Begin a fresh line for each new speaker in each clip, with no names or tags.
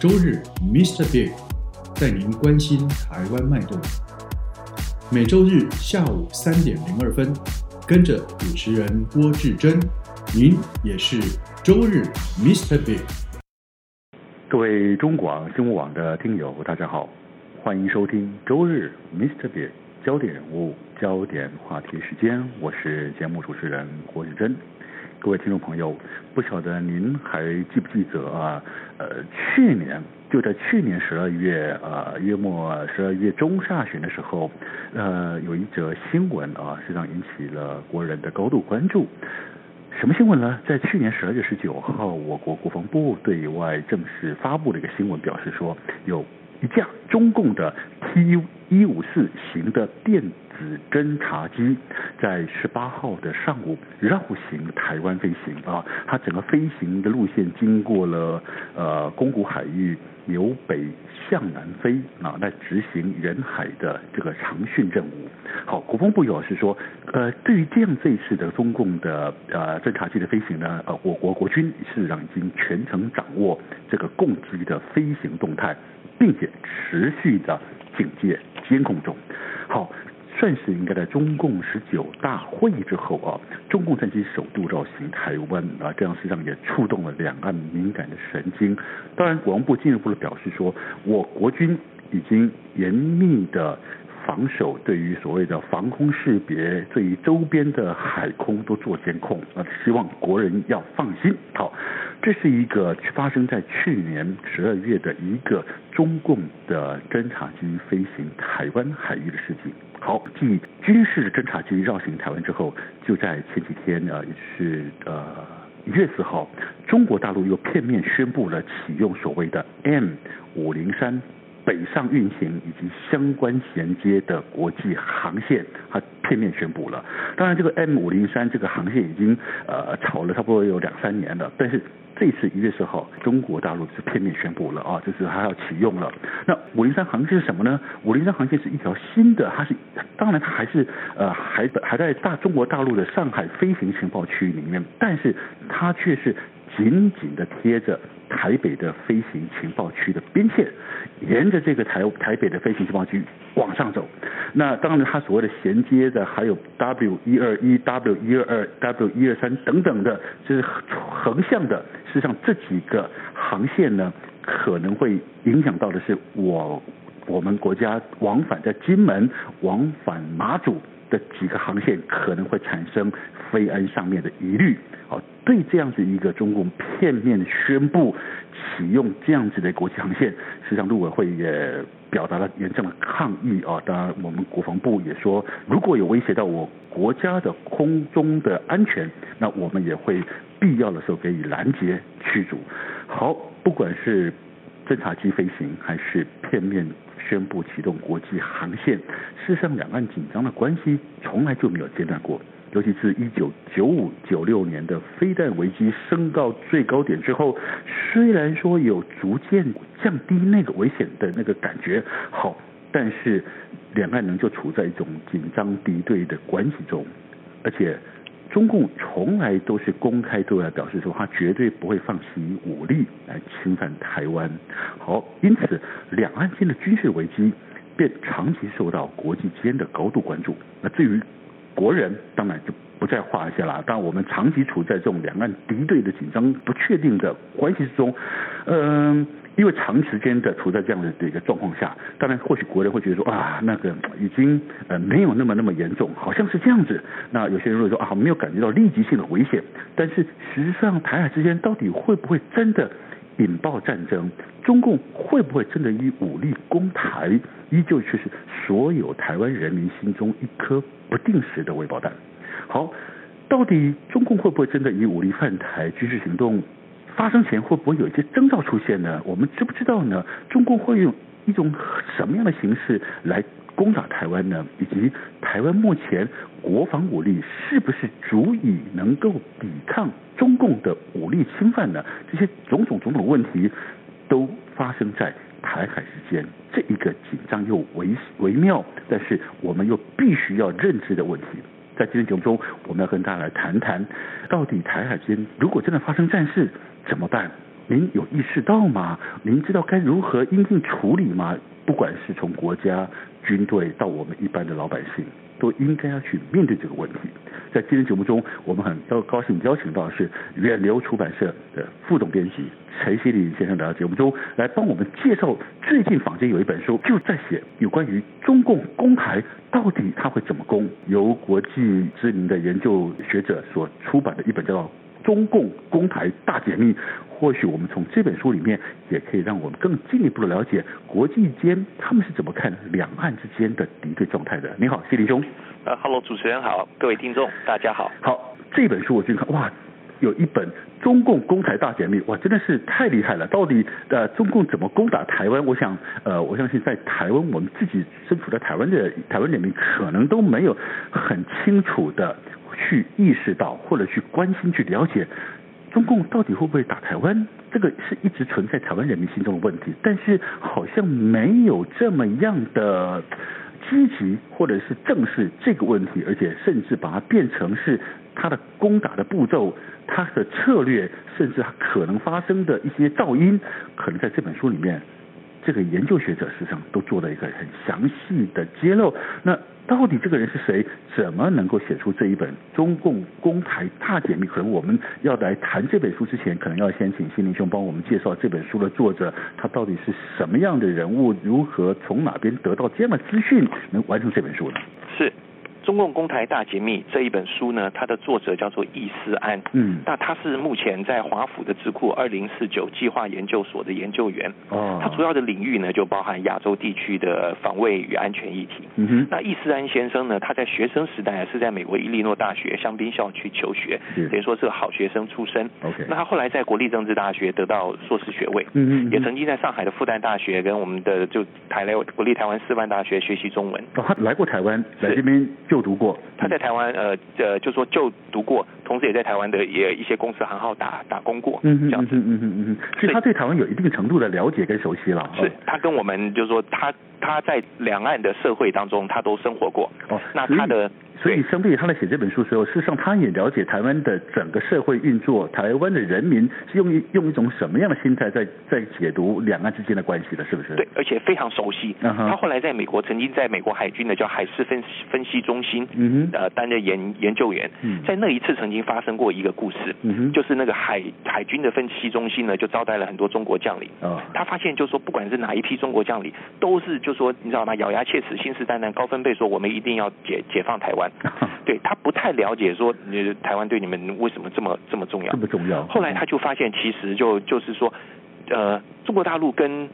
周日 Mr. Big 带您关心台湾脉动。每周日下午三点零二分，跟着主持人郭志珍，您也是周日 Mr. Big。
各位中广新闻网的听友，大家好，欢迎收听周日 Mr. Big 焦点人物、焦点话题时间，我是节目主持人郭志珍。各位听众朋友，不晓得您还记不记得啊？呃，去年就在去年十二月呃月末十二月中下旬的时候，呃，有一则新闻啊，实际上引起了国人的高度关注。什么新闻呢？在去年十二月十九号，我国国防部对外正式发布了一个新闻，表示说有一架中共的 T 一五四型的电子侦察机，在十八号的上午绕行台湾飞行啊，它整个飞行的路线经过了呃宫古海域，由北向南飞啊，来执行远海的这个长训任务。好，国防部有是说，呃，对于这样这一次的中共的呃侦察机的飞行呢，呃，我国国军事实上已经全程掌握这个共机的飞行动态，并且持续的警戒监控中。好。算是应该在中共十九大会议之后啊，中共战机首度绕行台湾啊，这样实际上也触动了两岸敏感的神经。当然，国防部进一步的表示说，我国军已经严密的防守，对于所谓的防空识别，对于周边的海空都做监控啊，希望国人要放心。好，这是一个发生在去年十二月的一个中共的侦察机飞行台湾海域的事情。好，继军事侦察局绕行台湾之后，就在前几天呢，也是呃一月四号，中国大陆又片面宣布了启用所谓的 M 五零三北上运行以及相关衔接的国际航线，它片面宣布了。当然，这个 M 五零三这个航线已经呃炒了差不多有两三年了，但是。这次一月四号，中国大陆是片面宣布了啊，就是它要启用了。那五零三航线是什么呢？五零三航线是一条新的，它是当然它还是呃还还在大中国大陆的上海飞行情报区里面，但是它却是紧紧的贴着台北的飞行情报区的边线，沿着这个台台北的飞行情报区往上走。那当然，它所谓的衔接的还有 W 一二一、W 一二二、W 一二三等等的，就是横向的。实际上，这几个航线呢，可能会影响到的是我我们国家往返在金门、往返马祖的几个航线，可能会产生飞安上面的疑虑。好，对这样子一个中共片面宣布启用这样子的国际航线，实际上陆委会也表达了严正的抗议啊。当然，我们国防部也说，如果有威胁到我国家的空中的安全，那我们也会。必要的时候给予拦截驱逐。好，不管是侦察机飞行，还是片面宣布启动国际航线，事实上两岸紧张的关系从来就没有间断过。尤其是一九九五九六年的飞弹危机升到最高点之后，虽然说有逐渐降低那个危险的那个感觉，好，但是两岸仍旧处在一种紧张敌对的关系中，而且。中共从来都是公开对外表示说，他绝对不会放弃武力来侵犯台湾。好，因此两岸间的军事危机便长期受到国际间的高度关注。那至于国人，当然就不在话下了。但我们长期处在这种两岸敌对的紧张、不确定的关系之中，嗯、呃。因为长时间的处在这样的一个状况下，当然或许国人会觉得说啊，那个已经呃没有那么那么严重，好像是这样子。那有些人会说啊，没有感觉到立即性的危险。但是实际上，台海之间到底会不会真的引爆战争？中共会不会真的以武力攻台？依旧却是所有台湾人民心中一颗不定时的未爆弹。好，到底中共会不会真的以武力犯台？军事行动？发生前会不会有一些征兆出现呢？我们知不知道呢？中共会用一种什么样的形式来攻打台湾呢？以及台湾目前国防武力是不是足以能够抵抗中共的武力侵犯呢？这些种种种种问题都发生在台海之间这一个紧张又微微妙，但是我们又必须要认知的问题。在今天节目中，我们要跟大家来谈谈，到底台海间如果真的发生战事怎么办？您有意识到吗？您知道该如何应对处理吗？不管是从国家、军队到我们一般的老百姓，都应该要去面对这个问题。在今天节目中，我们很高高兴邀请到的是远流出版社的副总编辑陈希礼先生来到节目中，来帮我们介绍最近坊间有一本书就在写有关于中共攻台到底他会怎么攻，由国际知名的研究学者所出版的一本叫《中共攻台大解密》。或许我们从这本书里面，也可以让我们更进一步的了解国际间他们是怎么看两岸之间的敌对状态的。你好，谢林兄。
呃哈喽，主持人好，各位听众大家好。
好，这本书我去看，哇，有一本《中共攻台大解密》，哇，真的是太厉害了。到底呃中共怎么攻打台湾？我想呃我相信在台湾我们自己身处在台湾的台湾人民可能都没有很清楚的去意识到或者去关心去了解。中共到底会不会打台湾？这个是一直存在台湾人民心中的问题，但是好像没有这么样的积极或者是正视这个问题，而且甚至把它变成是它的攻打的步骤、它的策略，甚至它可能发生的一些噪音，可能在这本书里面，这个研究学者实际上都做了一个很详细的揭露。那到底这个人是谁？怎么能够写出这一本中共公台大解密？可能我们要来谈这本书之前，可能要先请心灵兄帮我们介绍这本书的作者，他到底是什么样的人物，如何从哪边得到这样的资讯，能完成这本书呢？
是《中共公台大解密》这一本书呢，它的作者叫做易思安。
嗯
那他是目前在华府的智库二零四九计划研究所的研究员。
哦
他主要的领域呢，就包含亚洲地区的防卫与安全议题。
嗯哼，
那易思安先生呢，他在学生时代啊是在美国伊利诺大学香槟校区求学，
是
等于说是个好学生出身。
OK
那他后来在国立政治大学得到硕士学位，
嗯嗯嗯
也曾经在上海的复旦大学跟我们的就台来国立台湾师范大学学习中文。
哦，他来过台湾，
是
来这边就读过。
他在台湾呃呃，就说就读过，同时也在台湾的也一些公司行号打打工过，
嗯哼
这样
嗯
子。
哼嗯哼嗯哼，所以他对台湾有一定程度的了解跟熟悉了。哦
是他跟我们就是说他他在两岸的社会当中他都生活过，
哦，
那
所以
他的
所以相对于他在写这本书的时候，事实上他也了解台湾的整个社会运作，台湾的人民是用一用一种什么样的心态在在解读两岸之间的关系的，是不是？
对，，而且非常熟悉。
嗯哼
他后来在美国曾经在美国海军的叫海事分析分析中心，
嗯哼，
呃，担任研研究员
嗯。
在那一次曾经发生过一个故事，
嗯哼，
就是那个海海军的分析中心呢，就招待了很多中国将领。
啊、
他发现，就是说，不管是哪一批中国将领，都是就说，你知道吗？咬牙切齿、信誓旦旦、高分贝说，我们一定要解解放台湾。对他不太了解说，你台湾对你们为什么这么这么重要
这？么重要。
后来他就发现，其实就就是说，呃，中国大陆跟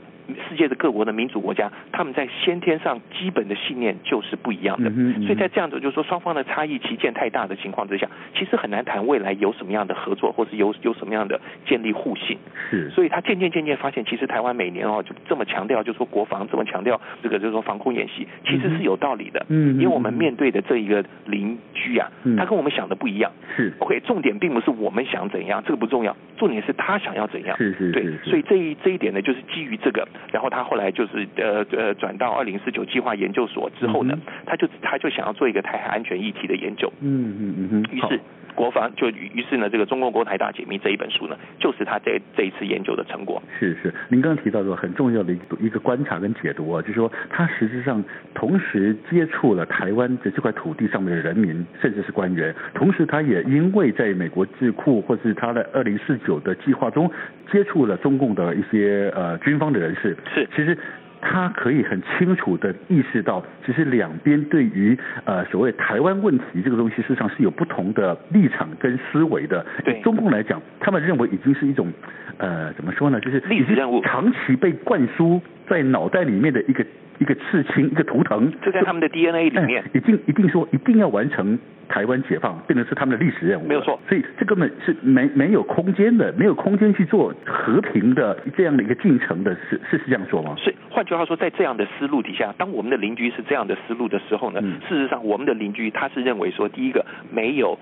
世界的各国的民主国家，他们在先天上基本的信念就是不一样的。
嗯哼嗯哼
所以在这样子，就是说双方的差异旗舰太大的情况之下，其实很难谈未来有什么样的合作，或是有有什么样的建立互信。
嗯是
所以他渐渐渐渐发现，其实台湾每年哦就这么强调，就说国防这么强调这个就是说防空演习，其实是有道理的。
嗯哼嗯哼
因为我们面对的这一个邻居啊，
嗯
他跟我们想的不一样。
是
OK，重点并不是我们想怎样，这个不重要，重点是他想要怎样。
是是
对
是，是
所以这一这一点呢，就是基于这个，然后他后来就是呃呃转到二零四九计划研究所之后呢，
嗯
他就他就想要做一个台海安全议题的研究，
嗯嗯嗯哼，
于
好
是国防就于于是呢，这个《中共国台大解密》这一本书呢，就是他这这一次研究的成果。
是是，您刚刚提到的很重要的一个一个观察跟解读啊，就是说他实质上同时接触了台湾的这块土地上面的人民，甚至是官员，同时他也因为在美国智库或是他的二零四九的计划中接触了中共的一些呃军方的人士，
是
其实。他可以很清楚的意识到，其实两边对于呃所谓台湾问题这个东西，事实上是有不同的立场跟思维的。
对
中共来讲，他们认为已经是一种呃怎么说呢，就是
历史任务
长期被灌输在脑袋里面的一个一个刺青，一个图腾，
这在他们的 DNA 里面
哎。一定一定说一定要完成台湾解放，变成是他们的历史任务了，
没有错
所以这根本是没没有空间的，没有空间去做和平的这样的一个进程的，是是是这样说吗？
所以换句话说，在这样的思路底下，当我们的邻居是这样的思路的时候呢，
嗯
事实上我们的邻居他是认为说，第一个没有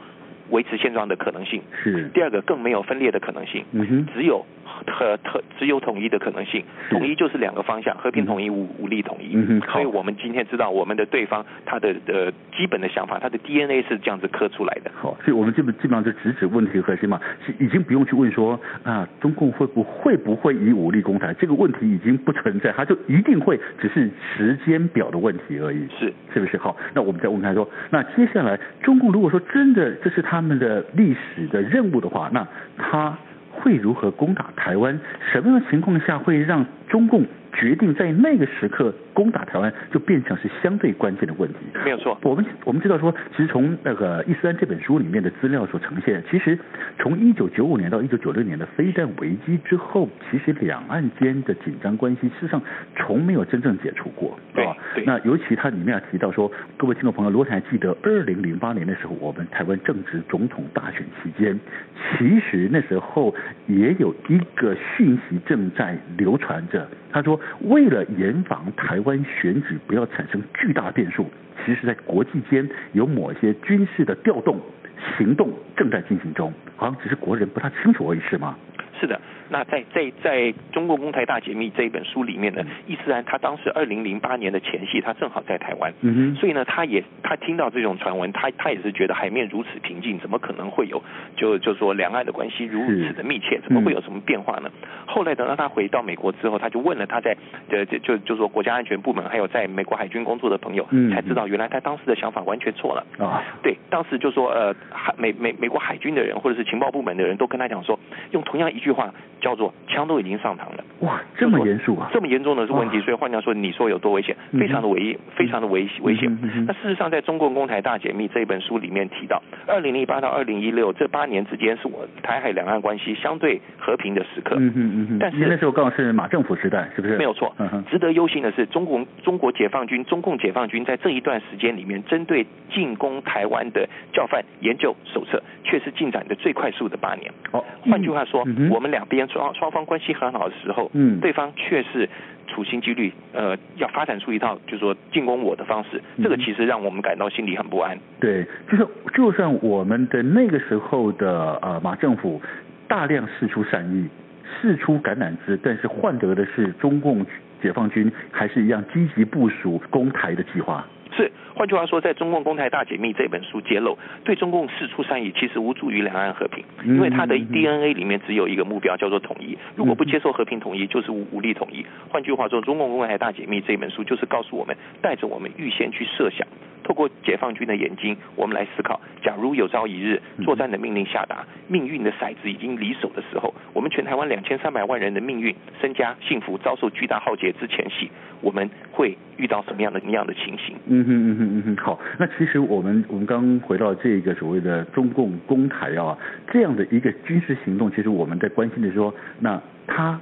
维持现状的可能性，
是，
第二个更没有分裂的可能性，
嗯哼，
只有和和只有统一的可能性。
是
统一就是两个方向，和平统一、武武力统一。
嗯哼好
所以我们今天知道我们的对方他的呃基本的想法，他的 DNA 是这样子刻出来的。
好，所以我们基本基本上就直指问题核心嘛，是已经不用去问说啊，中共会不会不会以武力攻台这个问题已经不存在，它就一定会，只是时间表的问题而已。
是，
是不是？好，那我们再问他说，那接下来中共如果说真的这是他们的历史的任务的话，那他会如何攻打台湾？什么样的情况下会让中共决定在那个时刻攻打台湾，就变成是相对关键的问题？
没有错
我们我们知道说，其实从那个《伊斯兰》这本书里面的资料所呈现，其实从一九九五年到一九九六年的飞弹危机之后，其实两岸间的紧张关系事实上从没有真正解除过。
对
啊
对
那尤其它里面提到说，各位听众朋友，如果你还记得二零零八年的时候，我们台湾正值总统大选期间，其实那时候也有一个讯息正在流传着，他说为了严防台湾选举不要产生巨大变数，其实在国际间有某些军事的调动行动正在进行中，好像只是国人不太清楚而已，是吗？
是的，那在在在中国公台大解密这一本书里面呢，伊斯兰他当时二零零八年的前夕，他正好在台湾，
嗯
所以呢，他也他听到这种传闻，他他也是觉得海面如此平静，怎么可能会有就就说两岸的关系如此的密切，怎么会有什么变化呢？后来等到他回到美国之后，他就问了他在呃就就就说国家安全部门还有在美国海军工作的朋友，
嗯
才知道原来他当时的想法完全错了。
哼，啊，
对，当时就说呃，海美美美国海军的人或者是情报部门的人都跟他讲说，用同样一句话叫做枪都已经上膛了，
哇，这么
就说
严肃啊！
这么严重的是问题，
哇
所以换句话说，你说有多危险？
嗯哼
非常的危，非常的危危险
嗯哼嗯哼。
那事实上，在《中共公台大解密》这本书里面提到，二零零八到二零一六这八年之间是我台海两岸关系相对和平的时刻。
嗯哼嗯哼，
但是
因为那时候刚好是马政府时代，是不是？
没有错
嗯哼，。
值得忧心的是，中国中国解放军、中共解放军在这一段时间里面，针对进攻台湾的教范研究手册，却是进展的最快速的八年。
好，
换句话说，
嗯哼
我们两边双双方关系很好的时候，
嗯
对方却是处心积虑，呃，要发展出一套就是说进攻我的方式，
嗯
这个其实让我们感到心里很不安。
对，就是就算我们的那个时候的呃马政府大量释出善意，释出橄榄枝，但是换得的是中共解放军还是一样积极部署攻台的计划。
是，换句话说，在《中共公台大解密》这本书揭露，对中共释出善意其实无助于两岸和平，
嗯
因为它的
嗯嗯嗯
DNA 里面只有一个目标叫做统一，如果不接受和平统一，就是武武力统一。换句话说，《中共公台大解密》这本书就是告诉我们，带着我们预先去设想，透过解放军的眼睛，我们来思考，假如有朝一日
嗯
作战的命令下达，命运的骰子已经离手的时候，我们全台湾两千三百万人的命运、身家、幸福遭受巨大浩劫之前夕，我们会遇到什么样的什么样的情形？
嗯哼嗯哼嗯哼，好，那其实我们我们刚回到这个所谓的中共攻台啊，这样的一个军事行动，其实我们在关心的是说，那它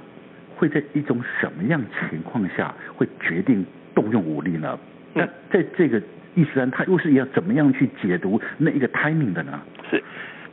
会在一种什么样情况下会决定动用武力呢？那
嗯
在这个伊斯兰，它又是要怎么样去解读那一个 timing 的呢？
是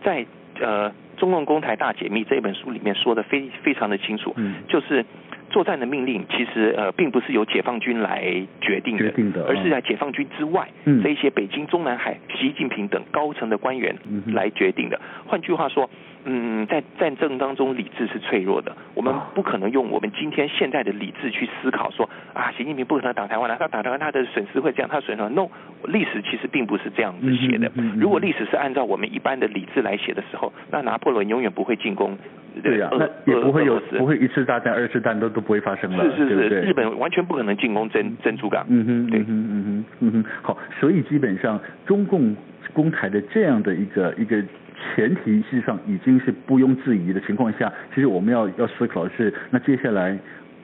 在呃《中共公台大解密》这本书里面说的非非常的清楚，
嗯
就是作战的命令其实呃并不是由解放军来决定的，
决定的
而
嗯
是在解放军之外，
嗯
这一些北京、中南海、习近平等高层的官员
嗯哼
来决定的。换句话说。嗯，在战争当中，理智是脆弱的。我们
啊
不可能用我们今天现在的理智去思考说啊，习近平不可能打台湾了、他打台湾他的损失会这样，他损失会 no，历史其实并不是这样子写的
嗯哼嗯哼。
如果历史是按照我们一般的理智来写的时候，那拿破仑永远不会进攻呃
对呀、
俄
那也不会有
俄罗斯
不会一次大战、二次大战都都不会发生了，
是是
对
是，
不对？
日本完全不可能进攻珍珍珠港。
嗯哼，
对
嗯哼，嗯哼，嗯哼，好，所以基本上中共公台的这样的一个一个前提，事实上已经是毋庸置疑的情况下，其实我们要要思考的是，那接下来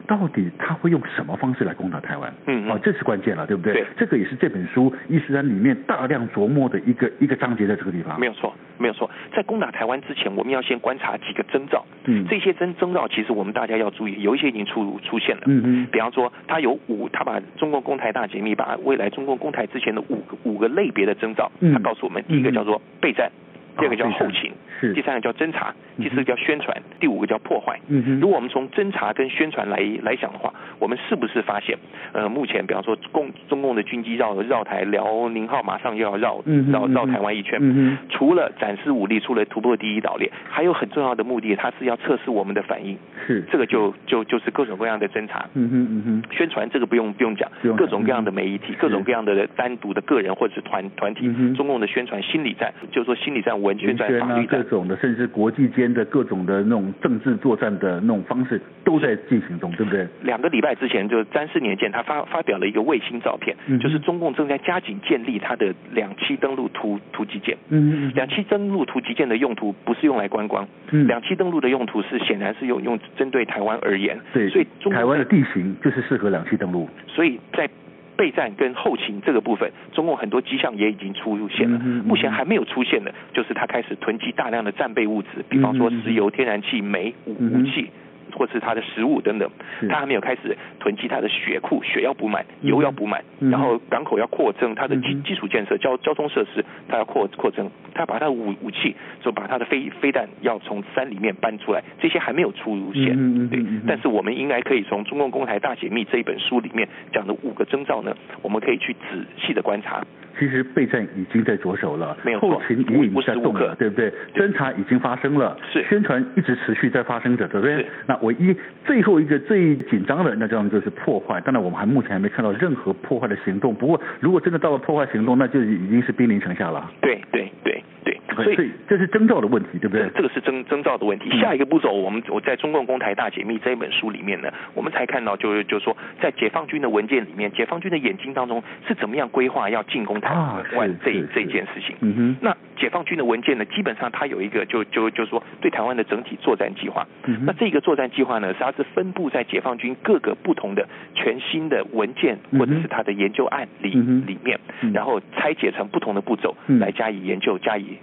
到底他会用什么方式来攻打台湾？
嗯嗯
哦，这是关键了，对不对？
对
这个也是这本书《伊斯兰》里面大量琢磨的一个一个章节，在这个地方。
没有错，没有错。在攻打台湾之前，我们要先观察几个征兆。
嗯
这些征征兆其实我们大家要注意，有一些已经出出现了。
嗯嗯
比方说，他有五，他把中共公台大解密，把未来中共公台之前的五个五个类别的征兆，
嗯哦
他告诉我们，第一个叫做备战，第二个叫后勤，
是
第三个叫侦查，
嗯哼
第四个叫宣传，第五个叫破坏。
嗯哼
如果我们从侦查跟宣传来来想的话，我们是不是发现，呃，目前比方说共中共的军机绕绕台，辽宁号马上又要绕
嗯哼
绕
嗯
绕
哼
台湾一圈，
嗯哼
除了展示武力，除了突破第一岛链，还有很重要的目的，它是要测试我们的反应。
是
这个就就就是各种各样的侦查。
嗯哼嗯哼
宣传这个不用不用讲
不用，讲
各种各样的媒体
嗯，
各种各样的单独的个人或者是团团体
嗯哼，
中共的宣传心理战，就是说心理战、文宣
文
战、
宣
法
啊
律，
各
战，
种的，甚至国际间的各种的那种政治作战的那种方式，都在进行中，对不对？
两个礼拜之前，就是三四年前，他发发表了一个卫星照片
嗯哼，
就是中共正在加紧建立它的两栖登陆突突击舰。
嗯
两栖登陆突击舰的用途不是用来观光，
嗯
两栖登陆的用途是显然是用用针对台湾而言。
对，
所以中
台湾
共
的
在
地形就是适合两栖登陆。
所以在备战跟后勤这个部分，中共很多迹象也已经出现
嗯
了。
哼嗯哼
目前还没有出现的，就是它开始囤积大量的战备物资，比方说
嗯哼嗯哼
石油、天然气、煤、武
嗯哼
武器。或是它的食物等等
是，
它还没有开始囤积它的血库，血要补满，
嗯哼
油要补满，
嗯哼
然后港口要扩增，它的基
嗯哼
基础建设、交交通设施，它要扩扩增，它把它的武武器，就把它的飞飞弹要从山里面搬出来，这些还没有出现，
嗯哼嗯哼
对
嗯哼，
但是。但是我们应该可以从《中共公台大解密》这一本书里面讲的五个征兆呢，我们可以去仔细的观察。
其实备战已经在着手了，
没有错
后勤也已经在
无无时无
动了，
刻
对不对？侦查已经发生了，
是
宣传一直持续在发生着，对不对
是？
那唯一最后一个最紧张的，那当然就是破坏。当然，我们还目前还没看到任何破坏的行动。不过，如果真的到了破坏行动，那就已经是兵临城下了。
对对对对，所
所
以
以这是征兆的问题，对不对
这？这个是征征兆的问题。
嗯
下一个步骤，我们我在《中共公台大解密》这一本书里面呢，我们才看到就是就是说，在解放军的文件里面，解放军的眼睛当中是怎么样规划要进攻台
啊是
湾这一
是
这一
是
件事情。
嗯哼，
那解放军的文件呢，基本上它有一个就就就说对台湾的整体作战计划。
嗯哼
那这个作战计划呢，它是分布在解放军各个不同的全新的文件
嗯哼
或者是它的研究案里、
嗯哼
里面
嗯，
然后拆解成不同的步骤、
嗯
来加以研究、加以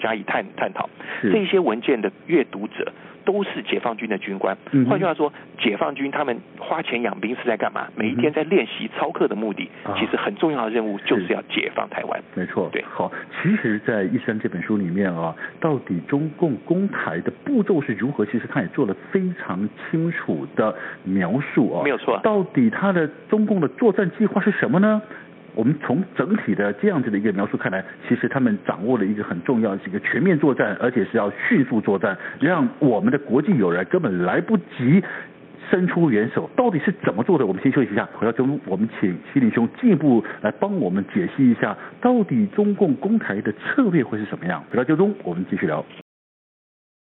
加以探探讨。
是
这些文件的阅读者都是解放军的军官。
嗯哼
换句话说，解放军他们花钱养兵是在干嘛？每一天在练习操课的目的，
嗯啊
其实很重要的任务就是要解放台湾。
没错，
对
好，其实，在《一生》这本书里面啊，到底中共攻台的步骤是如何，其实他也做了非常清楚的描述啊，
没有错
到底他的中共的作战计划是什么呢？我们从整体的这样子的一个描述看来，其实他们掌握了一个很重要的一个全面作战，而且是要迅速作战，让我们的国际友人根本来不及伸出援手，到底是怎么做的？我们先休息一下，回到中，我们请西林兄进一步来帮我们解析一下，到底中共攻台的策略会是什么样？回到最中，我们继续聊。